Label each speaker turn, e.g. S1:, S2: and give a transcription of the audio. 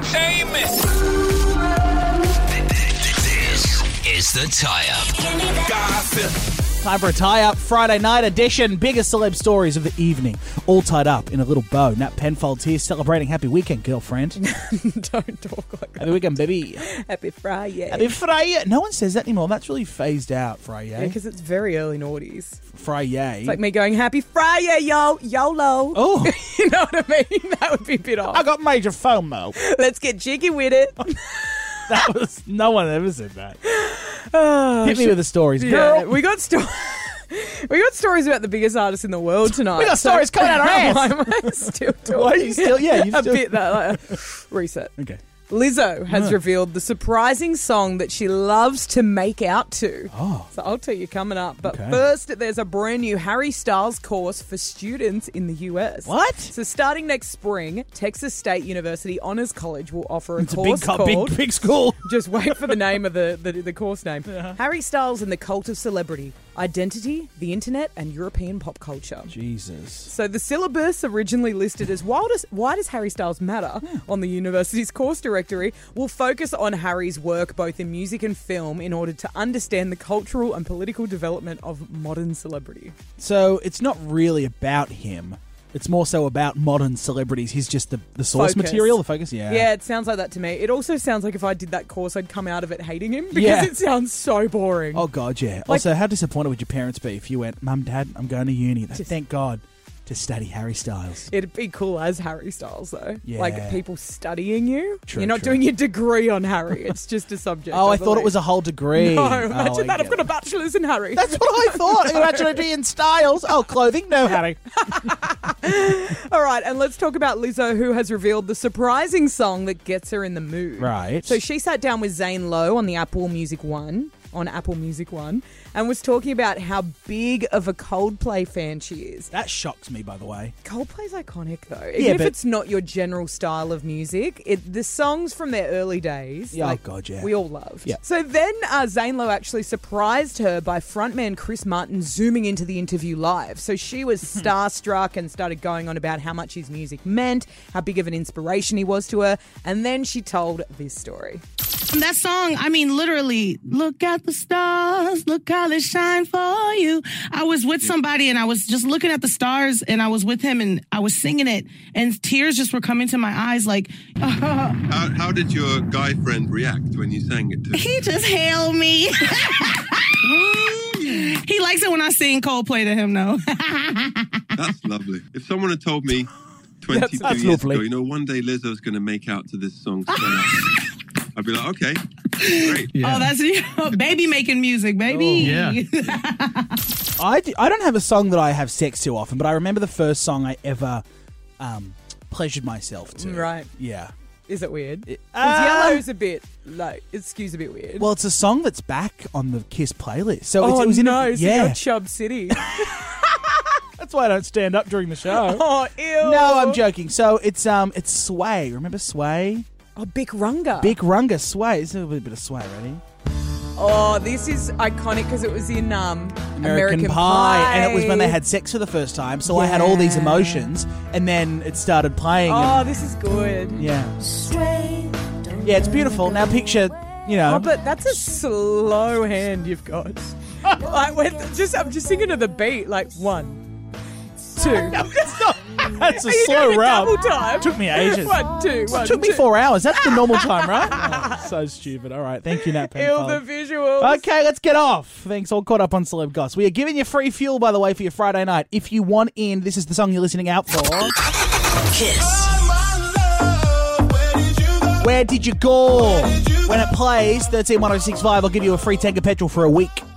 S1: Seamus.
S2: This is the tie up.
S1: Garfield.
S3: Time for a tie up Friday night edition. Biggest celeb stories of the evening, all tied up in a little bow. Nat Penfold's here celebrating happy weekend, girlfriend.
S4: Don't talk like that.
S3: happy weekend, baby.
S4: Happy Friday.
S3: Happy Friday. No one says that anymore. That's really phased out. Friday.
S4: because it's very early noughties.
S3: Friday.
S4: It's like me going, Happy Friday, yo, YOLO.
S3: oh,
S4: You know what I mean? That would be a bit off.
S3: I got major FOMO.
S4: Let's get jiggy with it.
S3: That was no one ever said that. Hit me with the stories, girl.
S4: Oh, Yeah, we got stories. We got stories about the biggest artist in the world tonight.
S3: We got stories coming out our ass.
S4: Why am I still talking?
S3: Why are you still- yeah, you
S4: a
S3: still-
S4: bit that like, reset.
S3: okay.
S4: Lizzo has revealed the surprising song that she loves to make out to.
S3: Oh.
S4: So I'll tell you coming up. But
S3: Okay.
S4: first, there's a brand new Harry Styles course for students in the US.
S3: What?
S4: So starting next spring, Texas State University Honors College will offer a
S3: It's a big,
S4: course
S3: co-
S4: called.
S3: big, big school.
S4: Just wait for the name of the, the, the course name.
S3: Uh-huh.
S4: Harry Styles and the Cult of Celebrity Identity, the Internet, and European Pop Culture.
S3: Jesus.
S4: So the syllabus, originally listed as "Why does, why does Harry Styles matter?"
S3: Hmm.
S4: on the university's course directory, will focus on Harry's work both in music and film in order to understand the cultural and political development of modern celebrity.
S3: So it's not really about him. It's more so about modern celebrities. He's just the, the source
S4: Focus.
S3: material, the focus. Yeah.
S4: Yeah, it sounds like that to me. It also sounds like if I did that course, I'd come out of it hating him because
S3: Yeah.
S4: it sounds so boring.
S3: Oh God, yeah.
S4: Like-
S3: also, how disappointed would your parents be if you went, Mum, Dad, I'm going to uni. Thank God to study Harry Styles.
S4: It'd be cool as Harry Styles, though.
S3: Yeah.
S4: Like people studying you.
S3: True,
S4: You're not
S3: true.
S4: doing your degree on Harry. It's just a subject.
S3: Oh, I thought it was a
S4: believe.
S3: whole degree.
S4: No,
S3: Oh, I
S4: imagine that. I've
S3: get
S4: got a
S3: it.
S4: bachelor's in Harry.
S3: That's what I thought. I got a bachelor in Styles. Oh, clothing, no Harry.
S4: All right, and let's talk about Lizzo, who has revealed the surprising song that gets her in the mood.
S3: Right.
S4: So she sat down with Zane Lowe on the Apple Music One, on Apple Music One, and was talking about how big of a Coldplay fan she is.
S3: That shocks me, by the way.
S4: Coldplay's iconic, though. Even
S3: Yeah,
S4: if
S3: but-
S4: it's not your general style of music, it, the songs from their early days,
S3: Yeah, oh
S4: like,
S3: God, yeah.
S4: we all loved.
S3: Yeah.
S4: So then uh, Zane Lowe actually surprised her by frontman Chris Martin zooming into the interview live. So she was starstruck and started going on about how much his music meant, how big of an inspiration he was to her, and then she told this story.
S5: That song, I mean, literally, look at the stars, look how they shine for you. I was with somebody and I was just looking at the stars and I was with him and I was singing it and tears just were coming to my eyes like,
S6: How, how did your guy friend react when you sang it to him?
S5: he just hailed me. he likes it when I sing Coldplay to him, though.
S6: That's lovely. If someone had told me 22
S3: that's
S6: years
S3: lovely.
S6: ago, you know, one day Lizzo's going to make out to this song, straight up," I'd be like, okay, great.
S5: Oh, that's baby making music, baby. yeah.
S3: I, d- I don't have a song that I have sex to often, but I remember the first song I ever um, pleasured myself to.
S4: Right.
S3: Yeah.
S4: Is it weird? Because
S3: uh,
S4: yellow's a bit, like, it skews a bit weird.
S3: Well, it's a song that's back on the Kiss playlist. So it's,
S4: oh,
S3: it was in
S4: no,
S3: a,
S4: so you're
S3: yeah.
S4: Chubb City.
S3: That's why I don't stand up during the show.
S4: oh, ew.
S3: No, I'm joking. So it's um, it's Sway. Remember Sway?
S4: Oh, Bic Runga.
S3: Big Runga Sway. This is a bit of Sway, ready?
S4: Oh, this is iconic because it was in um, American,
S3: American Pie. and it was when they had sex for the first time. So I had all these
S4: Yeah.
S3: emotions, and then it started playing.
S4: Oh,
S3: and-
S4: this is good.
S3: uh, yeah, yeah, it's beautiful. Now picture, you know,
S4: Oh, but that's a slow hand you've got. like, with, just I'm just thinking of the beat, like one, two.
S3: it's not. That's a
S4: Are you
S3: slow
S4: doing a
S3: rub.
S4: double time?
S3: Took me ages.
S4: one, two, one,
S3: Took me
S4: two.
S3: four hours. That's the normal time, right? Oh, so stupid. All right, thank you, Nat.
S4: Feel
S3: Penfold.
S4: the visuals.
S3: Okay, let's get off. Thanks, all caught up on Celeb Goss. We are giving you free fuel, by the way, for your Friday night. If you want in, this is the song you're listening out for.
S2: Kiss.
S3: oh Where did you go? When it plays, 131065, I'll give you a free tank of petrol for a week.